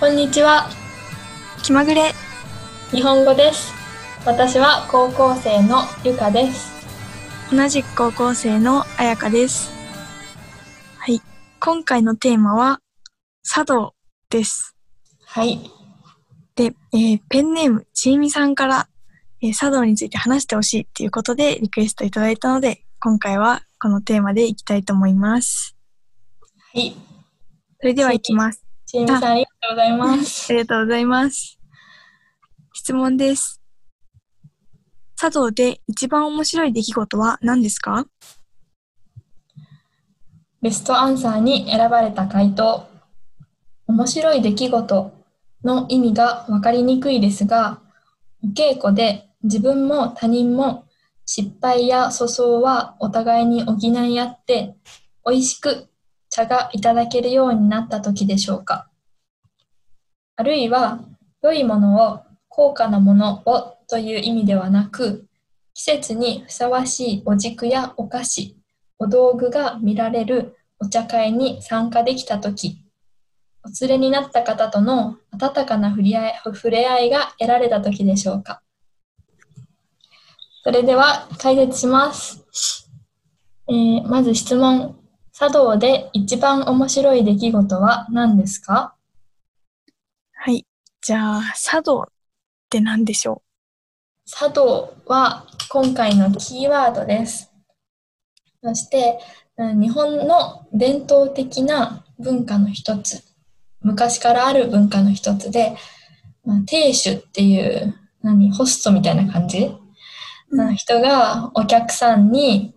こんにちは。気まぐれ日本語です。私は高校生のゆかです。同じく高校生のあやかですはい今回のテーマは茶道ですはい。で、えーペンネームちいみさんから、えー茶道について話してほしいっていうことでリクエストいただいたので今回はこのテーマでいきたいと思いますはい。それではいきますちえみさんありがとうございます。ありがとうございます。質問です。茶道で一番面白い出来事は何ですかベストアンサーに選ばれた回答。面白い出来事の意味がわかりにくいですが、お稽古で自分も他人も失敗や粗相はお互いに補い合って、美味しく茶がいただけるようになった時でしょうか。あるいは、良いものを高価なものをという意味ではなく、季節にふさわしいお軸やお菓子、お道具が見られるお茶会に参加できた時お連れになった方との温かな触れ合い触れ合いが得られた時でしょうかそれでは解説します、えーまず質問茶道で一番面白い出来事は何ですかはい。じゃあ、茶道って何でしょ茶道は今回のキーワードです。そして、うん日本の伝統的な文化の一つ、昔からある文化の一つで、まあ亭主っていう、何、ホストみたいな感じ、うな人がお客さんに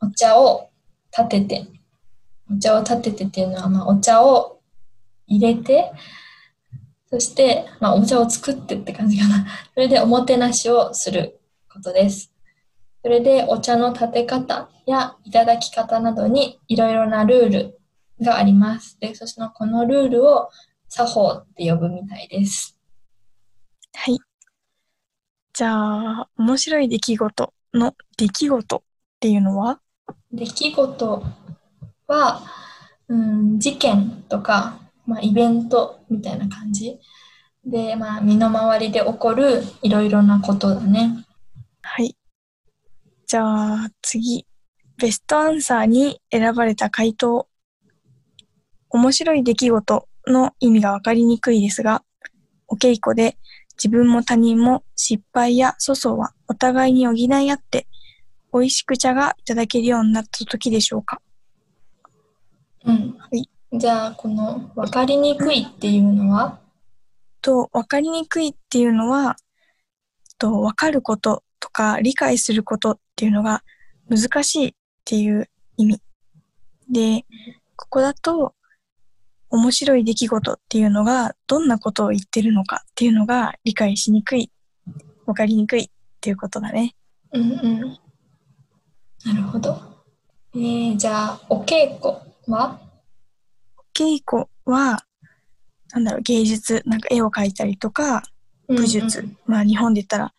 お茶を立てて、お茶を立ててっていうのは、まあ、お茶を入れて、そして、まあ、お茶を作ってって感じかな。それでおもてなしをすることです。それでお茶の立て方やいただき方などにいろいろなルールがあります。で、そしてこのルールを作法って呼ぶみたいです。はい。じゃあ、面白い出来事の出来事っていうのは出来事は、うん、事件とか、まあ、イベントみたいな感じ。で、まあ、身の回りで起こるいろいろなことだね。はい。じゃあ、次。ベストアンサーに選ばれた回答。面白い出来事の意味がわかりにくいですが、お稽古で自分も他人も失敗や粗相はお互いに補い合って、美味しく茶がいただけるようになった時でしょうか。うん。いじゃあ、この分かりにくいっていうのは、と、わかりにくいっていうのは、と、わかることとか理解することっていうのが難しいっていう意味。で、ここだと、面白い出来事っていうのが、どんなことを言ってるのかっていうのが理解しにくい、わかりにくいっていうことだね。うんうん。なるほど。えー、じゃあ、お稽古は稽古は、なんだろう、芸術、なんか絵を描いたりとか、武術、まあ日本で言ったら、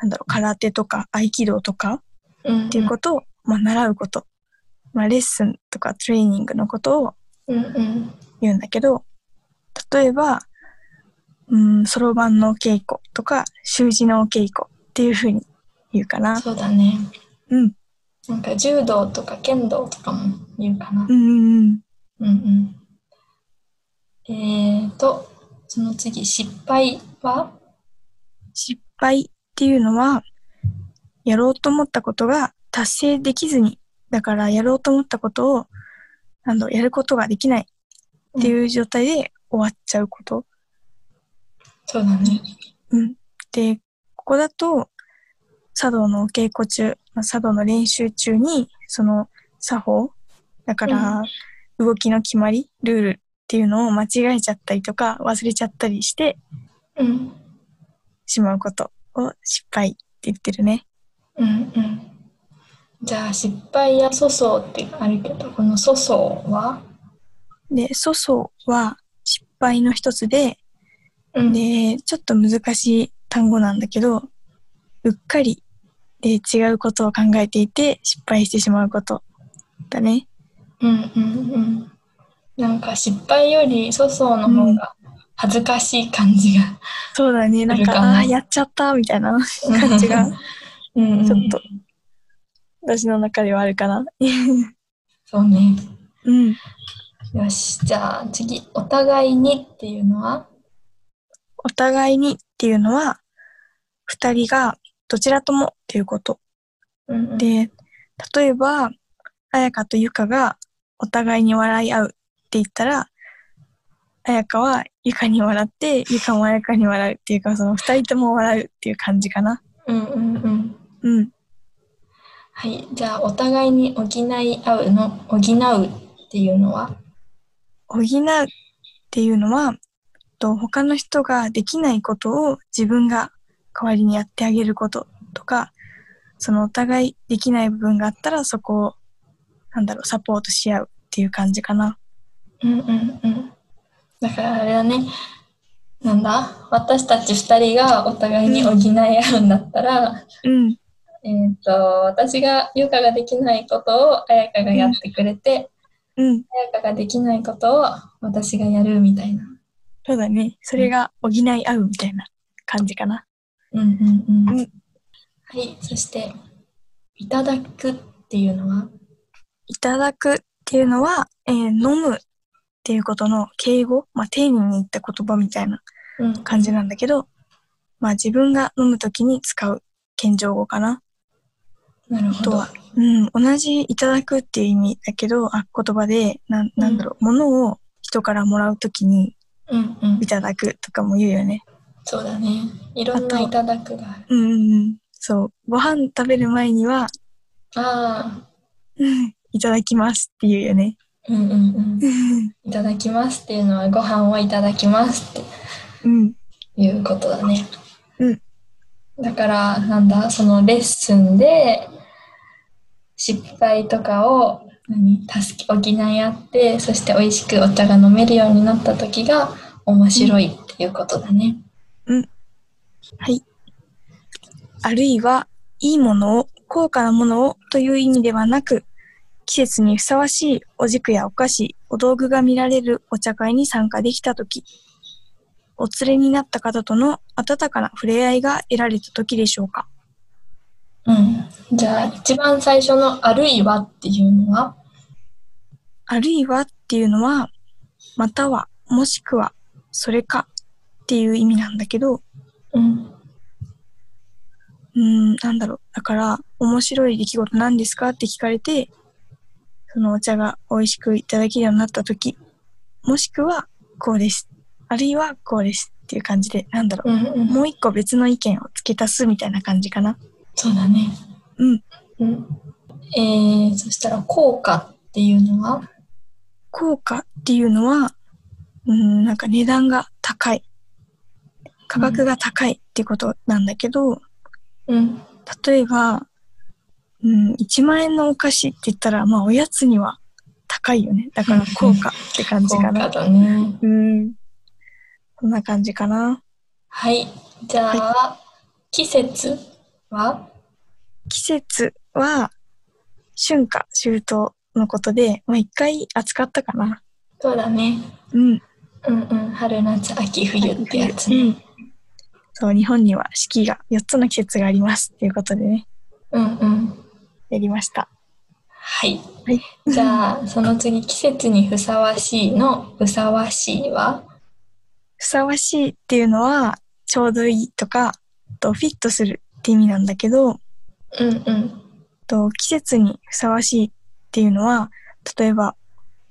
なんだろう、空手とか合気道とか、っっていうと。ことを、まあ、習うこと、まあ、レッスンとかトレーニングのことをうんうん。言うんだけど例えばうんそろばんのお稽古とか習字のお稽古っていうふうに言うかな。そうだね。うん、なんか柔道とか剣道とかも言うかなう。んうんうんうんうん。えーと、その次、失敗は失敗っていうのはやろうと思ったことが達成できずにだからやろうと思ったことをあのやることができないっていう状態で終わっちゃうこと。そうだね。うん。で、ここだと、茶道のお稽古中、まあ茶道の練習中に、その作法、だから、動きの決まり、ルールっていうのを間違えちゃったりとか、忘れちゃったりしてうん。しまうことを失敗って言ってるね。うんうん。じゃあ、失敗や粗相ってあるけど、この粗相はで、粗相は失敗の一つで、うんで、ちょっと難しい単語なんだけど、うっかりで違うことを考えていて失敗してしまうことだね。うんうんうん。なんか失敗より粗相の方が恥ずかしい感じが。そうだね。なんするか、かなああー、やっちゃったみたいな感じが、ちうんうん、ょっと、私の中ではあるかな。そうね。うん。よし、じゃあ次、お互いにっていうのはお互いにっていうのは、二人がどちらともっていうこと。うんうんで、例えば、彩香とゆかがお互いに笑い合うって言ったら、彩香はゆかに笑って、ゆかも彩香に笑うっていうか、その二人とも笑うっていう感じかな。うんうんうん。うん。はい、じゃあお互いに補い合うの、補うっていうのは補うっていうのは、と他の人ができないことを自分が代わりにやってあげることとか、そのお互いできない部分があったらそこを、なんだろう、サポートし合うっていう感じかな。うんうんうん。だからあれだね。なんだ私たち二人がお互いに補い合うんだったら、うん。えっ、と、私が、ゆかができないことをあやかがやってくれて、うん。あやかができないことを私がやるみたいな。そうだね。それが補い合うみたいな感じかな。うんうんうん。うんはい、そして、いただくっていうのはいただくっていうのは、えー飲むっていうことの敬語、まあ、丁寧に言った言葉みたいなうん感じなんだけど、まあ、自分が飲むときに使う謙譲語かな。なるほとどは。うん、同じいただくっていう意味だけど、あ言葉で、なんなんだろう、物を人からもらうときにうんうんい。ただくとかも言うよね。そうだね。いろんあなといただくがある。うんうんうん。そう。ご飯食べる前には、 あうんいただきますって言うよね。 あ、うんうんうん。いただきますっていうのは、ご飯をいただきますってうん。いうことだね。うん。だから、なんだ、そのレッスンで、失敗とかを、何、助け、補い合って、そして美味しくお茶が飲めるようになった時が、面白いっていうことだね。あるいは、いいものを、高価なものをという意味ではなく、季節にふさわしいお軸やお菓子、お道具が見られるお茶会に参加できたとき、お連れになった方との温かな触れ合いが得られたときでしょうか。うん。じゃあ、一番最初の、あるいはっていうのは、あるいはっていうのは、または、もしくは、それかっていう意味なんだけど、うん。うーん、なんだろう。だから、面白い出来事何ですかって聞かれて、そのお茶が美味しくいただけるようになった時もしくは、こうです。あるいは、こうです。っていう感じで、なんだろうんうう。ん。もう一個別の意見を付け足すみたいな感じかな。そうだね。うん。うん。えー、そしたら効果っていうのは効果っていうのは、うーん、なんか値段が高い。価格が高いってことなんだけど、うん。例えば、うん、1万円のお菓子って言ったら、まあ、おやつには高いよね。だから、効果って感じ効か果な。だね。うん。こんな感じかな。はい。じゃあ、季節は季節は、春夏秋冬のことで、まあ、一回扱ったかな。そうだね。うん。うんうん。春、夏、秋、冬ってやつうね。んそう、日本には四季が4つの季節があります。っていうことでね、うんうん。やりました。はい。はいじゃあ、その次、季節にふさわしいの、ふさわしいは ふさわしいっていうのは、ちょうどいいとか、あとフィットするって意味なんだけど、うんうん。と季節にふさわしいっていうのは例えば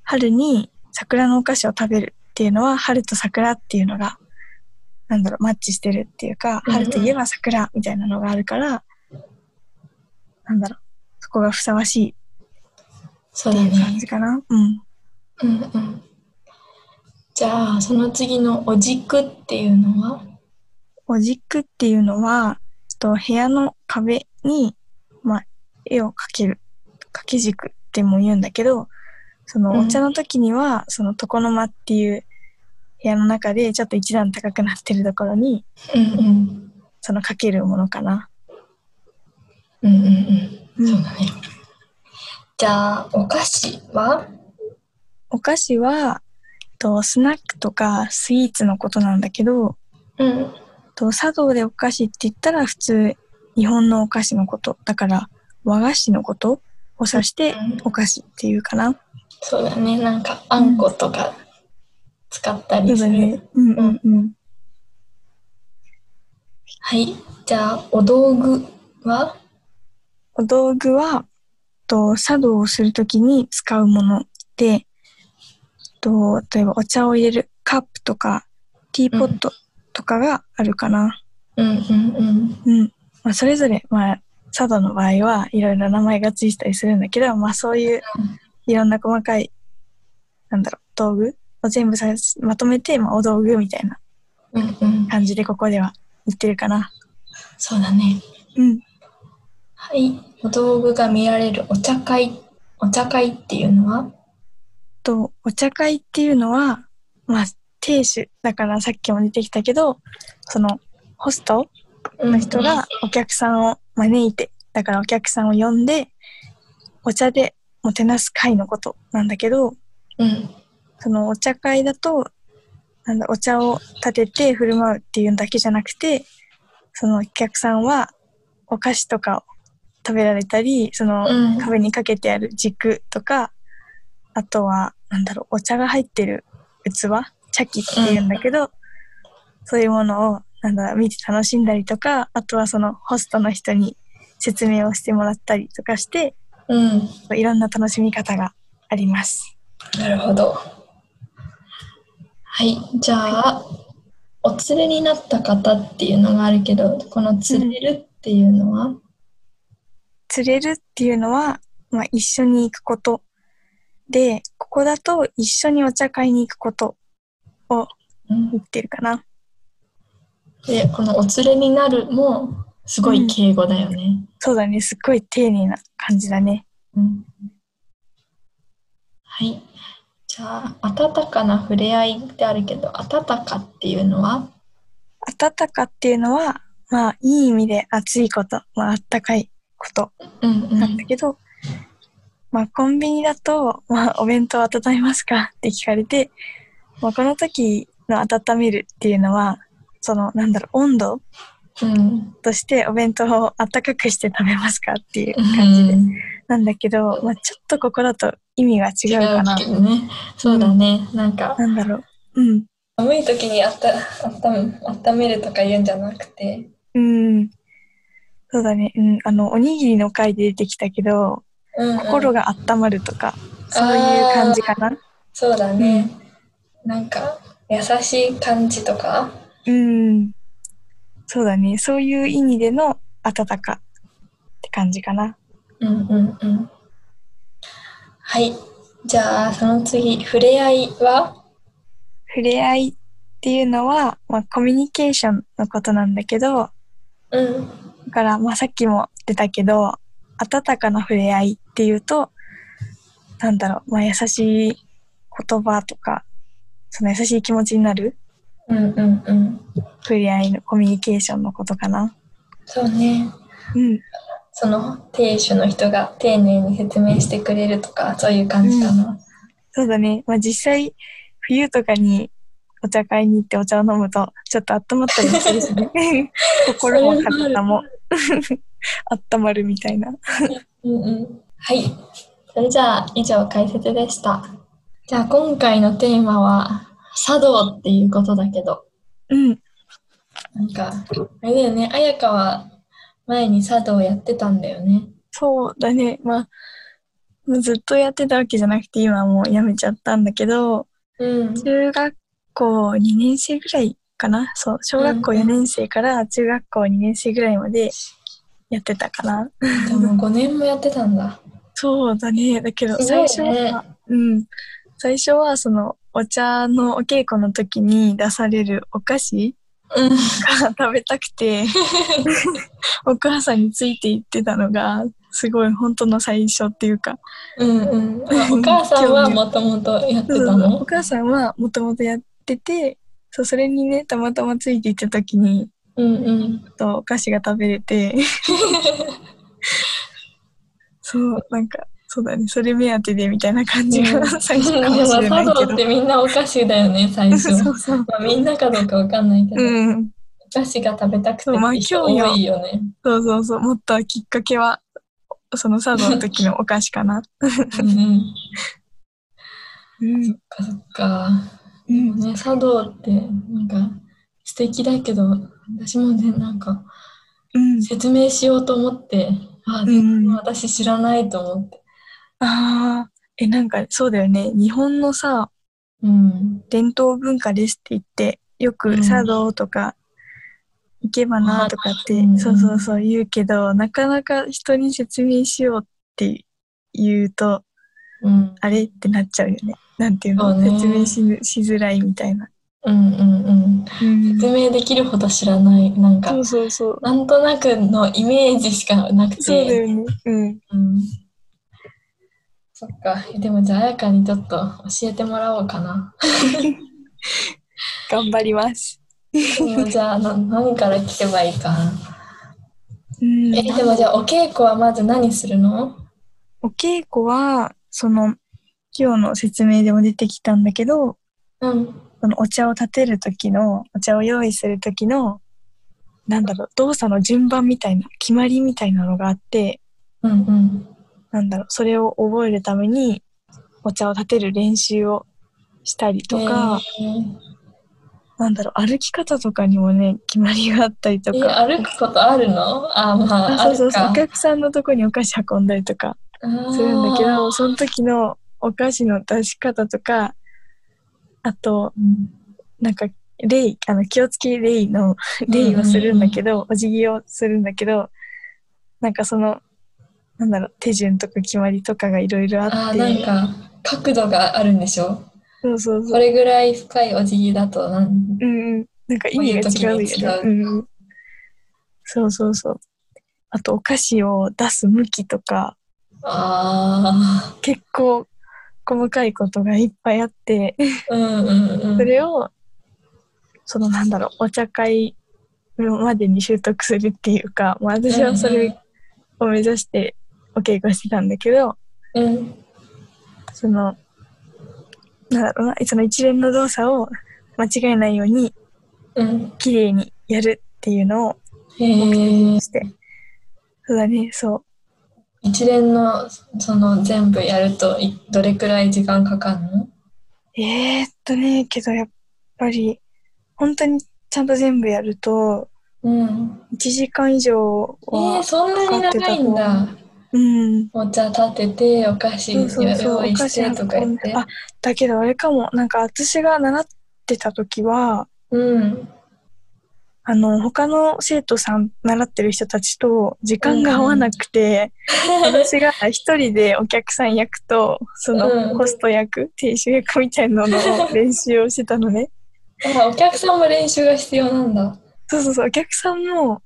春に桜のお菓子を食べるっていうのは春と桜っていうのがなんだろうマッチしてるっていうかうんうん春といえば桜みたいなのがあるから、なんだろうそこがふさわしいっそうてだいう感ね。じかな。うん、うんうん。じゃあ、その次のお軸っていうのはお軸っていうのはと部屋の壁に、まあ、絵を描ける掛け軸っても言うんだけどそのうんお茶の時には、その床の間っていう部屋の中でちょっと一段高くなってるところにうんうん。その描けるものかな。うんうんうん。うんそうだね。じゃあ、お菓子はお菓子はとスナックとかスイーツのことなんだけど、うん。と茶道でお菓子って言ったら普通日本のお菓子のことだから和菓子のことを指してお菓子っていうかな。そうだね。なんか、あんことか使ったりすだる。ね。うんうんうん。はい。じゃあ、お道具はお道具はと茶道をするときに使うもので、と例えばお茶を入れるカップとかティーポットとかがあるかな。うんうんうん。うん。まあ、それぞれ、まあ、佐渡の場合はいろいろ名前がついてたりするんだけど、まあ、そういううんいろんな細かい、なんだろう、道具を全部さまとめて、まあ、お道具みたいなうんうん。感じでここでは言ってるかな。そうだね。うん。はい。お道具が見られるお茶会。お茶会っていうのはと、お茶会っていうのは、まあ、亭主だからさっきも出てきたけど、その、ホストの人がお客さんを招いて、だからお客さんを呼んで、お茶でもてなす会のことなんだけど、うん。そのお茶会だとなんだお茶を立てて振る舞うっていうだけじゃなくてそのお客さんはお菓子とかを食べられたりそのうん。壁にかけてある軸とかあとはなんだろうお茶が入ってる器茶器っていうんだけど、そういうものをなんだろう見て楽しんだりとかあとはそのホストの人に説明をしてもらったりとかしてうん。いろんな楽しみ方があります。なるほど。はい。じゃあ、お連れになった方っていうのがあるけど、この連れるっていうのは、釣れるっていうのは、まあ、一緒に行くことでここだと一緒にお茶会に行くことをうん言ってるかなで、このお連れになるも、すごい敬語だよね。そうだねすっごい丁寧な感じだねうん。はい。じゃあ、温かな触れ合いってあるけど、温かっていうのは温かっていうのはまあいい意味で熱いこと、まああったかいことうんうなんだけど、まあコンビニだと、まあ、お弁当温めますかって聞かれて、まあ、この時の温めるっていうのはそのなんだろう温度うん。としてお弁当をあったかくして食べますかっていう感じで、うんなんだけど、まあ、ちょっとここだと意味が違うかな違うけどね。そうだね。なんか、なんだろううん寒い時にあった、あった、温めるとか言うんじゃなくて、うんそうだね、うん、あのおにぎりの回で出てきたけどうんうん心が温まるとか、そういう感じかなそうだね。なんか、優しい感じとか。うんそうだねそういう意味での温かって感じかなうんうんうん。はい。じゃあ、その次、触れ合いは触れ合いっていうのは、まあ、コミュニケーションのことなんだけど、うん。だから、まあ、さっきも出たけど温かな触れ合いっていうとなんだろう、まあ、優しい言葉とかその優しい気持ちになるうんうんうん。触れ合いのコミュニケーションのことかな。そうね。うん、その亭主の人が丁寧に説明してくれるとか、そういう感じかな。そうだね、まあ、実際冬とかにお茶会に行ってお茶を飲むとちょっと温まったりするし ね心も体も温まるみたいな。うんうん。はい。それじゃあ、以上解説でした。じゃあ、今回のテーマは、茶道っていうことだけど、うん、なんか、あれだよね、彩香は前に茶道やってたんだよね。そうだね。まあ、もうずっとやってたわけじゃなくて、今はもうやめちゃったんだけど、うん。中学校2年生ぐらいかな。そう、小学校うんうん4年生から中学校2年生ぐらいまでやってたかな。でも5年もやってたんだ。そうだね。だけど、すごい最ね初は、うん。最初は、その、お茶のお稽古の時に出されるお菓子うん。が 食べたく て、お母さんについて行ってたのが、すごい本当の最初っていうか、うんうん。あお母さんはもともとやってそうそたうそうおの母さんはもともとやっててそうそれにねたまたまついていった時にうんうん。と お菓子が食べれてそうなんかそうだね。それ目当てでみたいな感じうがん最初でかももしれな茶いけ道どっ。てみんなお菓子だよね、最初。 そうそう。まあ、みんなかどうかわかんないけど、うん。お菓子が食べたくてそうまあって人多いよね。そうそうそう。もっときっかけは、その茶道の時のお菓子かな。うんうん。うん。そっかそっか。うでもん。ね、茶道ってなんか素敵だけど、私もね、なんかうん。説明しようと思って、あ、う全ん然私知らないと思って。ああ。え、なんかそうだよね。日本のさ、うん。伝統文化ですって言って、ようんく茶道とか、行けばなとかって、うんそうそうそう言うけど、なかなか人に説明しようって言うと、うん。あれってなっちゃうよね。なんていうの、そうね説明しぬしづらいみたいな。うんうんうん。説そ明できるほど知らない。なんかう、そうそう。なんとなくのイメージしかなくて。そうだよね。うん。うん。そっか。でもじゃあ、彩香にちょっと教えてもらおうか な。頑張ります。でもじゃあ、な何から聞けばいいかな。うんえ、でもじゃあ、お稽古はまず何するのお稽古は、その、今日の説明でも出てきたんだけど、うん。そのお茶を立てる時の、お茶を用意する時の、なんだろう、動作の順番みたいな、決まりみたいなのがあって、うんうん。なんだろう、それを覚えるために、お茶を立てる練習をしたりとか、えーなんだろう、歩き方とかにもね、決まりがあったりとえか、歩くことあるのあ、まああ、そうそうそうあおるか。客さんのとこにお菓子運んだりとかあーするんだけどその時のお菓子の出し方とかあとうんなんか礼あの気をつけ礼の礼をするんだけど、お辞儀をするんだけどなんかそのなんだろう手順とか決まりとかがいろいろああっー、なんてか、角度があるんでしょそうそうそこうれぐらい深いお辞儀だと、なんうんうんなんか意味が違こううよいう時に違うねうんうんそうそうそうあとお菓子を出す向きとかあ結構細かいことがいっぱいあってあ、うんうんうん。それをそのなんだろうお茶会までに習得するっていうか、まあ、私はそれを目指してお稽古してたんだけどうん。そのなんだろうなその一連の動作を間違えないようにうん。綺麗にやるっていうのをへえ。して、そうだねそう一連のその全部やるといどれくらい時間かかるのえー、っとねけどやっぱり本当にちゃんと全部やるとうん。 1時間以上えー、は、そんなに長いんだ。うんお茶立てて、お菓子そうそうそ用う意してとか言って。あだけどあれかもなんか私が習ってた時はうん。あの他の生徒さん習ってる人たちと時間が合わなくて、私が一人でお客さん役とそうんのホスト役、亭主役みたいなのの練習をしてたのね あお客さんも練習が必要なんだ。そうそうそうお客さんも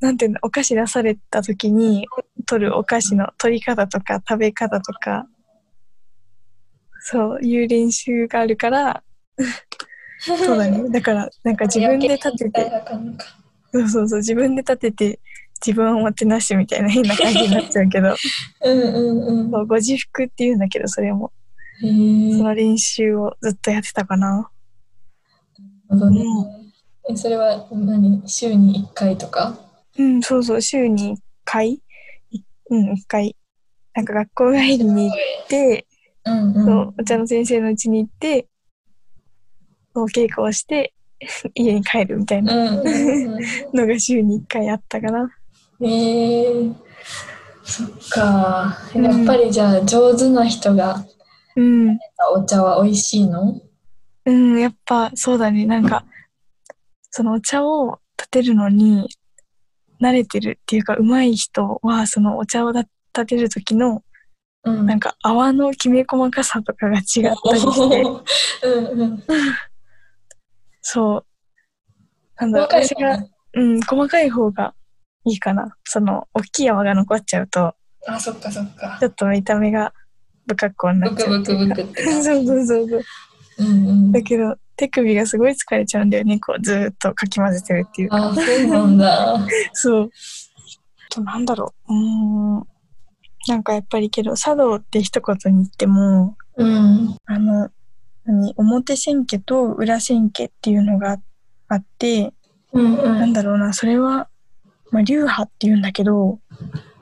なんていうのお菓子出された時に取るお菓子の取り方とか食べ方とかそういう練習があるからそう だね。だから、なんか自分で立てて、かかんのかそうそうそう、自分で立てて、自分をもてなしみたいな変な感じになっちゃ うけど、うんうんそうご自服って言うんだけど、それも。うん。へえその練習をずっとやってたかな。なるほどねうえそれは何週に1回とかうん、そうそう、週に1回、いうん、1回。なんか学校帰りに行って、うんうん。そうお茶の先生の家に行って、お稽古をして、 家に帰るみたいうんなうんうん。のが週に1回あったかな。えー、そっか。うんやっぱりじゃあ上手な人がうん。お茶は美味しいのうん、やっぱそうだね。なんか、そのお茶を立てるのに慣れてるっていうか、上手い人は、そのお茶を立てる時の、うんなんか泡のきめ細かさとかが違ったりして、 うんうん。そう。なんだろ細う、かい私が、うん、細かい方がいいかな。その、大きい泡が残っちゃうと、あ、そっかそっかち。ょっと見た目が不格好になブっちクゃうブっていクうブか。クって そう感じ。そうそうそう。うんうんだ。けど、手首がすごい疲れちゃうんだよね。こう、ずーっとかき混ぜてるっていうか。あ、そうなんだ。そう。あと、なんだろう。うーん。なんかやっぱりけど、茶道って一言に言っても、うん。あの、何表千家と裏千家っていうのがあって、うんうなんん。だろうな、それは、まあ、流派っていうんだけど、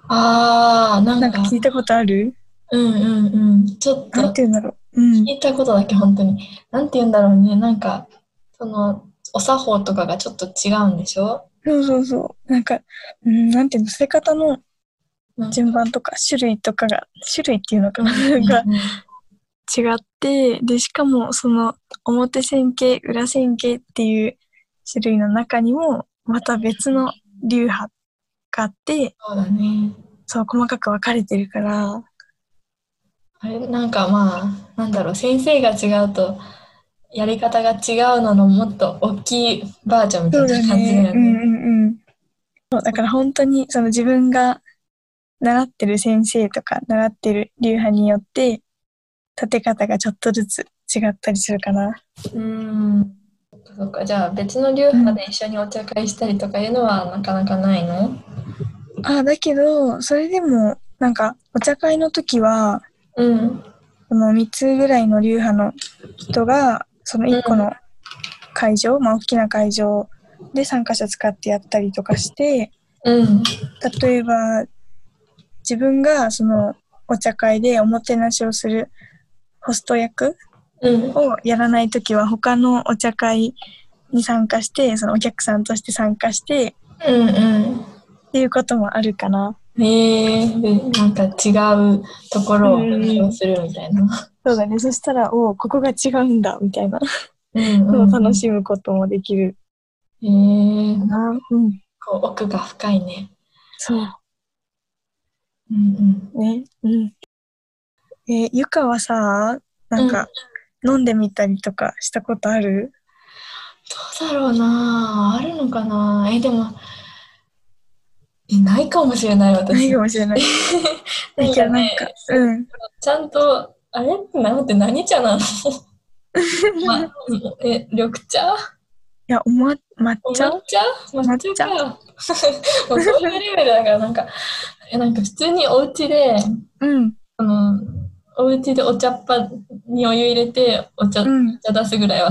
ああ、なんなんか、か聞いたことあるうんうんうん。ちょっとなんて言うんだろう。うん。聞いたことだけ本当に。なんて言うんだろうね。なんか、その、お作法とかがちょっと違うんでしょそうそうそう。なんか、うん、なんていうの、捨て方のうん順番とか種類とかが、種類っていうのかな、 がうん違って、で、しかもその表線形、裏線形っていう種類の中にも、また別の流派があって、そうだね。そう、細かく分かれてるから、あれ、なんかまあ、なんだろう、先生が違うと、やり方が違うののもっと大きいバージョンみたいな感じだようね。んうんうん。そう、だから本当にその自分が習ってる先生とか習ってる流派によって、立て方がちょっとずつ違ったりするかな。うん。そっかそっか。じゃあ、別の流派で一緒にお茶会したりとかいうのはなかなかないのあ、だけど、それでも、なんか、お茶会の時は、うん。その3つぐらいの流派の人が、その1個の会場、まあ、大きな会場で参加者使ってやったりとかして、うん。例えば、自分が、その、お茶会でおもてなしをするホスト役うん。をやらない時は、他のお茶会に参加して、そのお客さんとして参加して、うんうん。っていうこともあるかな。ねえ、で、なんか違うところを勉強するみたいな。そうだね。そしたら、おお、ここが違うんだ、みたいな。うんのを楽い。しむこともできるへえかな。うん。こう奥が深いね。そうんうね。うん。えーゆかはさ、なんか、飲んでみたりとかしたことあるどうだろうなあるのかなえ、でも、え、ないかもしれない、ない私。かもしれない。 なだんけかどなんねか、、うん。ちゃんと、あれなんて何茶 なのまいえ、緑茶や、おま、抹お茶抹茶抹茶か。 もうそういうレベルだから、なんか、え、なんか普通にお家で、うん。あの、お家でお茶っ葉にお湯入れて、お茶、うん。茶出すぐらいは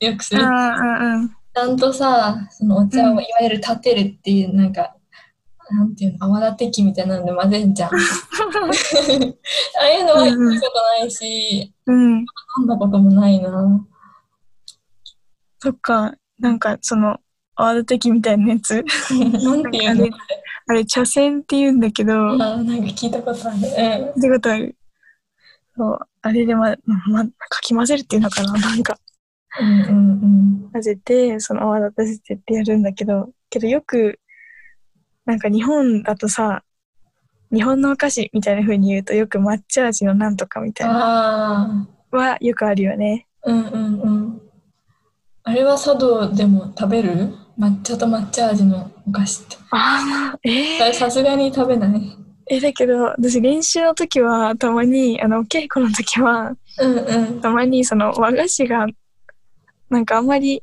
よくすある。ちあ、うん。ゃんとさ、そのお茶うをんいわゆる立てるっていう、なんか、なんていうの、泡立て器みたいなので混ぜんじゃん。あ あいうのはうんうん行ったことないし、うん。 飲んだこともないな。そっか。なんか、その、泡立て器みたいなやつ。なんていうなんのかあれ、茶筅って言うんだけど、あなんか聞いたことある。ってことある。そう。あれでま、ま、かき混ぜるっていうのかななんか。うん。うんうん混ぜて、その泡立たせてってやるんだけど、けどよく、なんか日本だとさ、日本のお菓子みたいな風に言うとよく抹茶味のなんとかみうん。たいなああ。はよくあるよね。うんうんうん。あれは茶道でも食べる抹茶と抹茶味のお菓子って。ああ、えあれさすがに食べない。え、だけど私練習の時はたまに、あの、お稽古の時は、うんうん。たまにその和菓子が、なんかあんまり、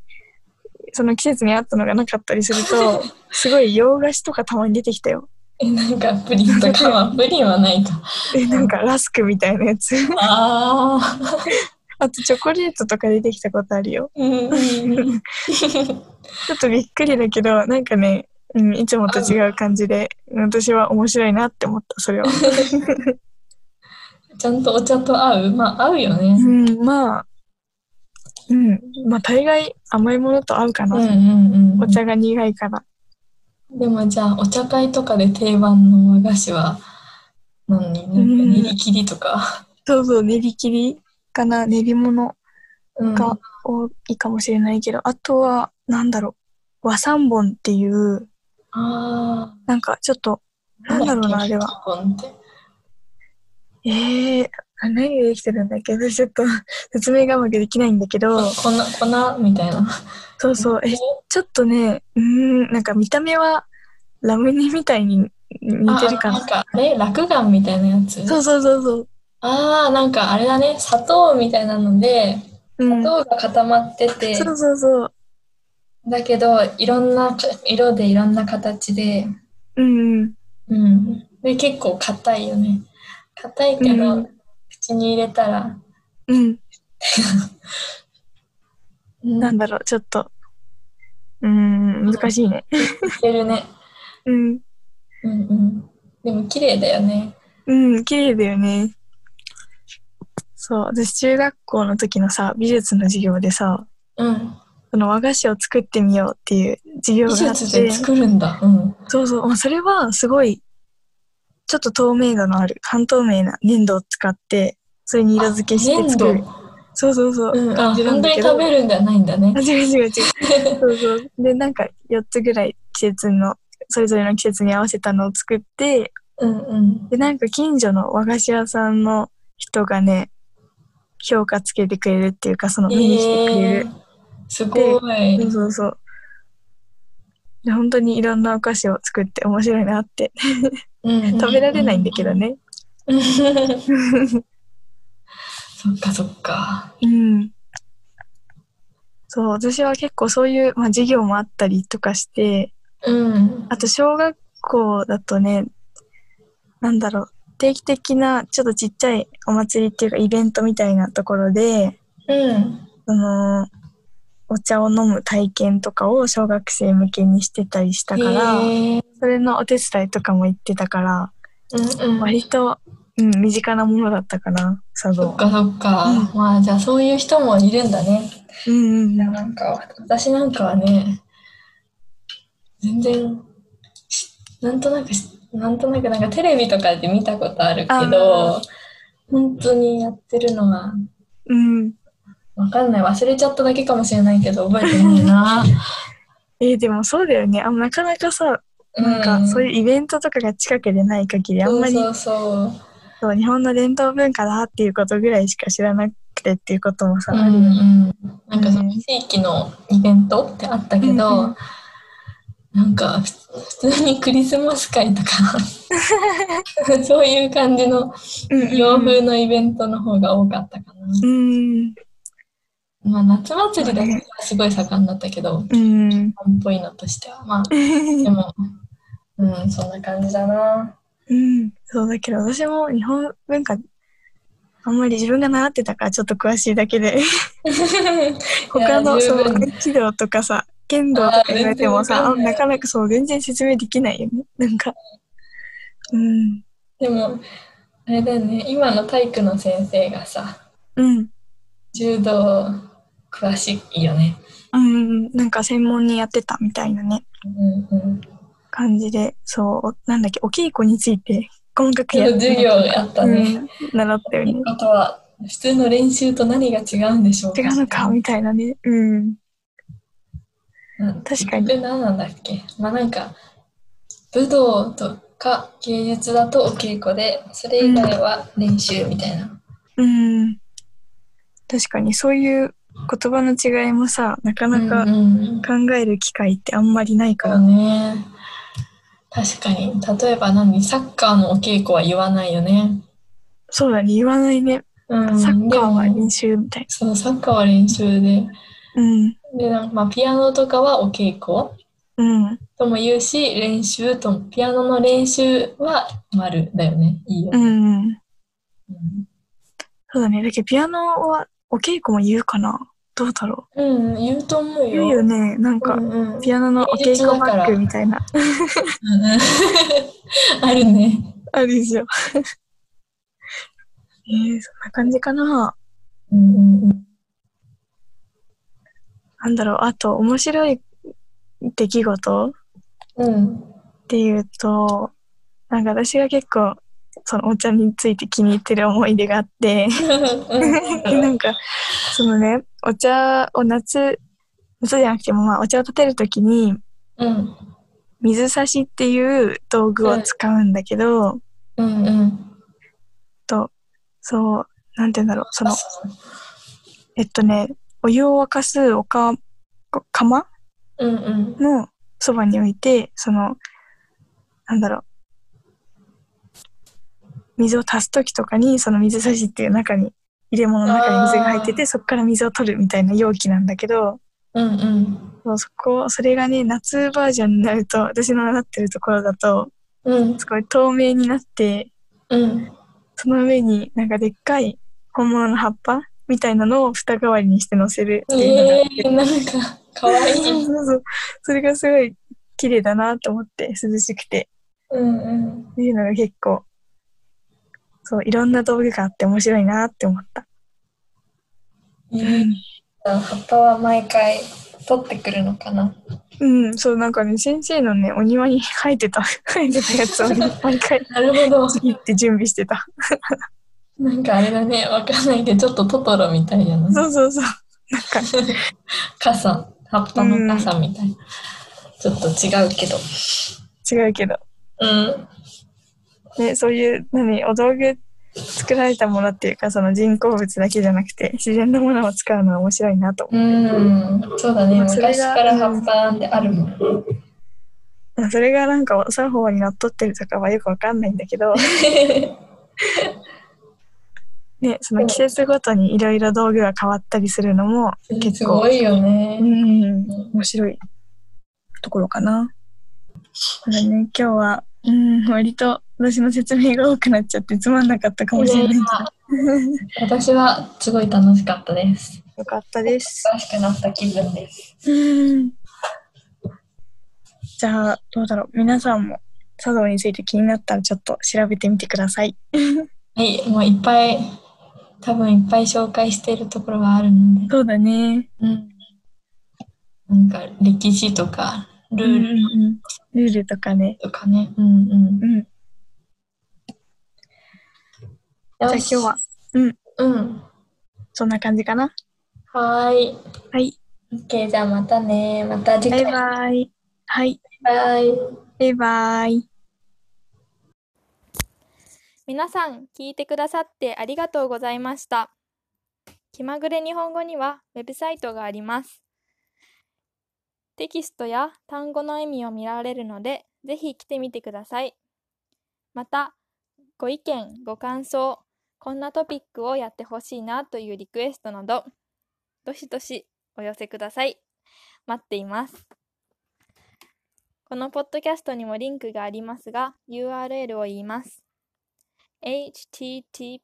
その季節に合ったのがなかったりすると、すごい洋菓子とかたまに出てきたよ。え、なんかプリンとか は、プリンはないか。え、なんかラスクみたいなやつ。ああ。あとチョコレートとか出てきたことあるよ。うん うん。ちょっとびっくりだけど、なんかね、うん、いつもと違う感じで、私は面白いなって思った、それは。ちゃんとお茶と合うまあ合うよ うね。ん、まあ、うん、まあ大概甘いものと合うかうな。んうんうん。お茶が苦いから。でもじゃあ、お茶会とかで定番の和菓子は、何なんかうん練り切りとか。そうそう、練り切りかな、練り物うん。が多いかもしれないけど、あとは、なんだろう、和三本っていう、あなんかちょっと、あ。なんだろうな、あれは。は。コンってええ何ができてるんだっけ私ちょっと 説明がうまくできないんだけど、粉、粉みたいな。そうそう、え、ちょっとね、うーん、なんか見た目はラムネみたいに似てるかあななん。か、あれ落眼みたいなやつそうそうそうそう。ああ、なんかあれだね。砂糖みたいなので、うん、砂糖が固まってて、そうそうそう。だけど、いろんなか色でいろんな形で、うんうん。うん。で、結構硬いよね。硬いけど、口に入れたら、うん。うんなんだろう、ちょっと。うーん、難しいね。いけるね。うん。うんうん。でも綺麗だよね。うん、綺麗だよね。そう、私中学校の時のさ、美術の授業でさ、うん。その和菓子を作ってみようっていう授業美があっ術でて、作るんだ。うん。そうそう、まあ、それはすごい、ちょっと透明度のある、半透明な粘土を使って、それに色付けして作る。そうそうそう。うん。あ、感じな本ん当だにけど食べるんじゃないんだねあ。違う違う違う。そうそう。で、なんか4つぐらい季節の、それぞれの季節に合わせたのを作って、うんうん。で、なんか近所の和菓子屋さんの人がね、評価つけてくれるっていうか、その見に来てくれえる。ー、すごい。そうそうそう。で本当にいろんなお菓子を作って面白いなって。食食べられないんだけど。ね。そっかそっか。うん。そう、私は結構そういう、まあ、授業もあったりとかして、うん。あと小学校だとね、なんだろう、定期的なちょっとちっちゃいお祭りっていうかイベントみたいなところで、うん。その、お茶を飲む体験とかを小学生向けにしてたりしたから、へーそれのお手伝いとかも行ってたから、うんうん。割と、うん、身近なものだったかな、茶そっ道。かそっか。まあじゃあそういう人もいるんだね。うんうんうん。なんか私なんかはね、全然、しなんとなくし、なんとなくなんかテレビとかで見たことあるけあど、本当にやってるのはうん。わかんない。忘れちゃっただけかもしれないけど、覚えてないな。えーでもそうだよね。あなかなかさ、 なんかそういうイベントとかが近くでない限り、あんまりそうそうそう日本の伝統文化だっていうことぐらいしか知らなくてっていうこともさ、そう。あるよね。ん、なんかその地域のイベントってあったけど、うんうんなんか普通にクリスマス会と かそういう感じのうんうんう ん洋風のイベントの方が多かったかな。うん。まあ夏祭りだけはすごい盛んだったけど、うん。日本っぽいのとしては。まあでも、うん、そんな感じだな。うん。そうだけど、私も日本文化、あんまり自分が習ってたからちょっと詳しいだけ で、他の、十そ分う、合気道とかさ、剣道とか言われてもさ、あーあ全然わかんないなかなかそう、全然説明できないよね。なんか。うん。でも、あれだよね、今の体育の先生がさ、うん。柔道詳しいよね。うん。なんか専門にやってたみたいなね。うんうん。感じで、そう、なんだっけ、お稽古について、細かく今や日授業やったね。うん、習ったよね。あとは、普通の練習と何が違うんでしょう違うのか、みたいなね。うん。うん確かにで、何なんだっけまあなんか、武道とか芸術だとお稽古で、それ以外は練習みたいな。うん。確かに、そういう言葉の違いもさ、なかなうかんうん、考える機会ってあんまりないかだら。ね。確かに、例えば何サッカーのお稽古は言わないよね。そうだね、言わないね。うん、サッカーはでも練習みたいそう、サッカーは練習で。な。うん。で、なんかまあピアノとかはお稽古うん。とも言うし、練習とも、ピアノの練習は丸だよね。いいよね。うん。うんそうだね。だけど、ピアノはお稽古も言うかな。どうだろうん、言うと思うう。よ。言うよね。なんか、うんうん、ピアノのお稽古バッグみたいな。うんうんあるね。 あるです よ。えー、そんな感じかな。うんうんうんなんだろう。あと、面白い出来事っうん。ていうと、なんか私が結構、そのお茶について気に入ってる思い出があって、で なんか、そのね、お茶を夏、夏じゃなくても、まあ、お茶を立てるときに、うん。水差しっていう道具を使うんだけど、うんうん。と、そう、なんて言うんだろう、そあの、えっとね、お湯を沸かすおか、釜うんうん。のそばに置いて、その、なんだろう、水を足すときとかに、その水差しっていう中に、入れ物の中に水が入ってて、そこから水を取るみたいな容器なんだけど、うんうん。そうそこ、それがね、夏バージョンになると、私の習ってるところだと、うんすごい透明になって、うん。その上になんかでっかい本物の葉っぱみたいなのを蓋代わりにして乗せるっていうのがあえって、ー、なんか、かわいそうい。そうそうそれがすごい綺麗だなと思って涼しくてうんうん。っていうのが結構そういろんな道具があって面白いなって思ったうん葉っぱは毎回取ってくるのかな。うんそうなんかね先生のねお庭に生えてた 生えてたやつをね毎回なるほど。行って準備してたなんかあれだね、わかんないけど、ちょっとトトロみたいじゃないそうそうそうなんか傘、葉っぱの傘みたいな。ちょっと違うけど。違うけどうん。ね、そういう何お道具作られたものっていうかその人工物だけじゃなくて自然のものを使うのは面白いなと思うん、そうだね。まあそれ昔がから葉っぱなんてあるもん。う、それがなんかお作法にのっとってるとかはよくわかんないんだ けど、ね、その季節ごとにいろいろ道具が変わったりするのもす結構ごいようね。ん面白いところかな。ただね今日はうん割と私の説明が多くなっちゃってつまんなかったかもしれないけど私はすごい楽しかったです。よかったです。楽しくなった気分です。うんじゃあどうだろう皆さんも茶道について気になったらちょっと調べてみてください。はい、もういっぱい、多分いっぱい紹介しているところがあるので、そうだね。うん。なんか歴史とか、ルうんーうルんうん、ルールとかね。とかね。うんうん。うじん、じゃあ今日は。うん。そんな感じかな。はーい。はい。 OK、じゃあまたね。また次バイ回。バイ。はい。バイ。バイバイ。皆さん聞いてくださってありがとうございました。気まぐれ日本語にはウェブサイトがあります。テキストや単語の意味を見られるので、ぜひ来てみてください。また、ご意見、ご感想、こんなトピックをやってほしいなというリクエストなど、どしどしお寄せください。待っています。このポッドキャストにもリンクがありますが、URL を言います。https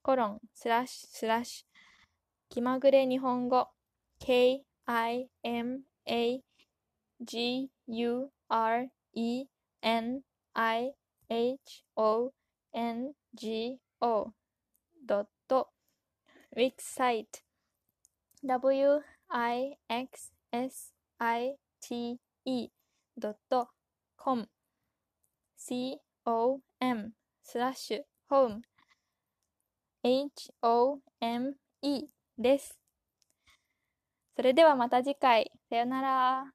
コロンスラッシュスラッシュ気まぐれ日本語 kimagureniho wixsite wixsite.com com スラッシュホーム HOME です。それではまた次回。さよなら。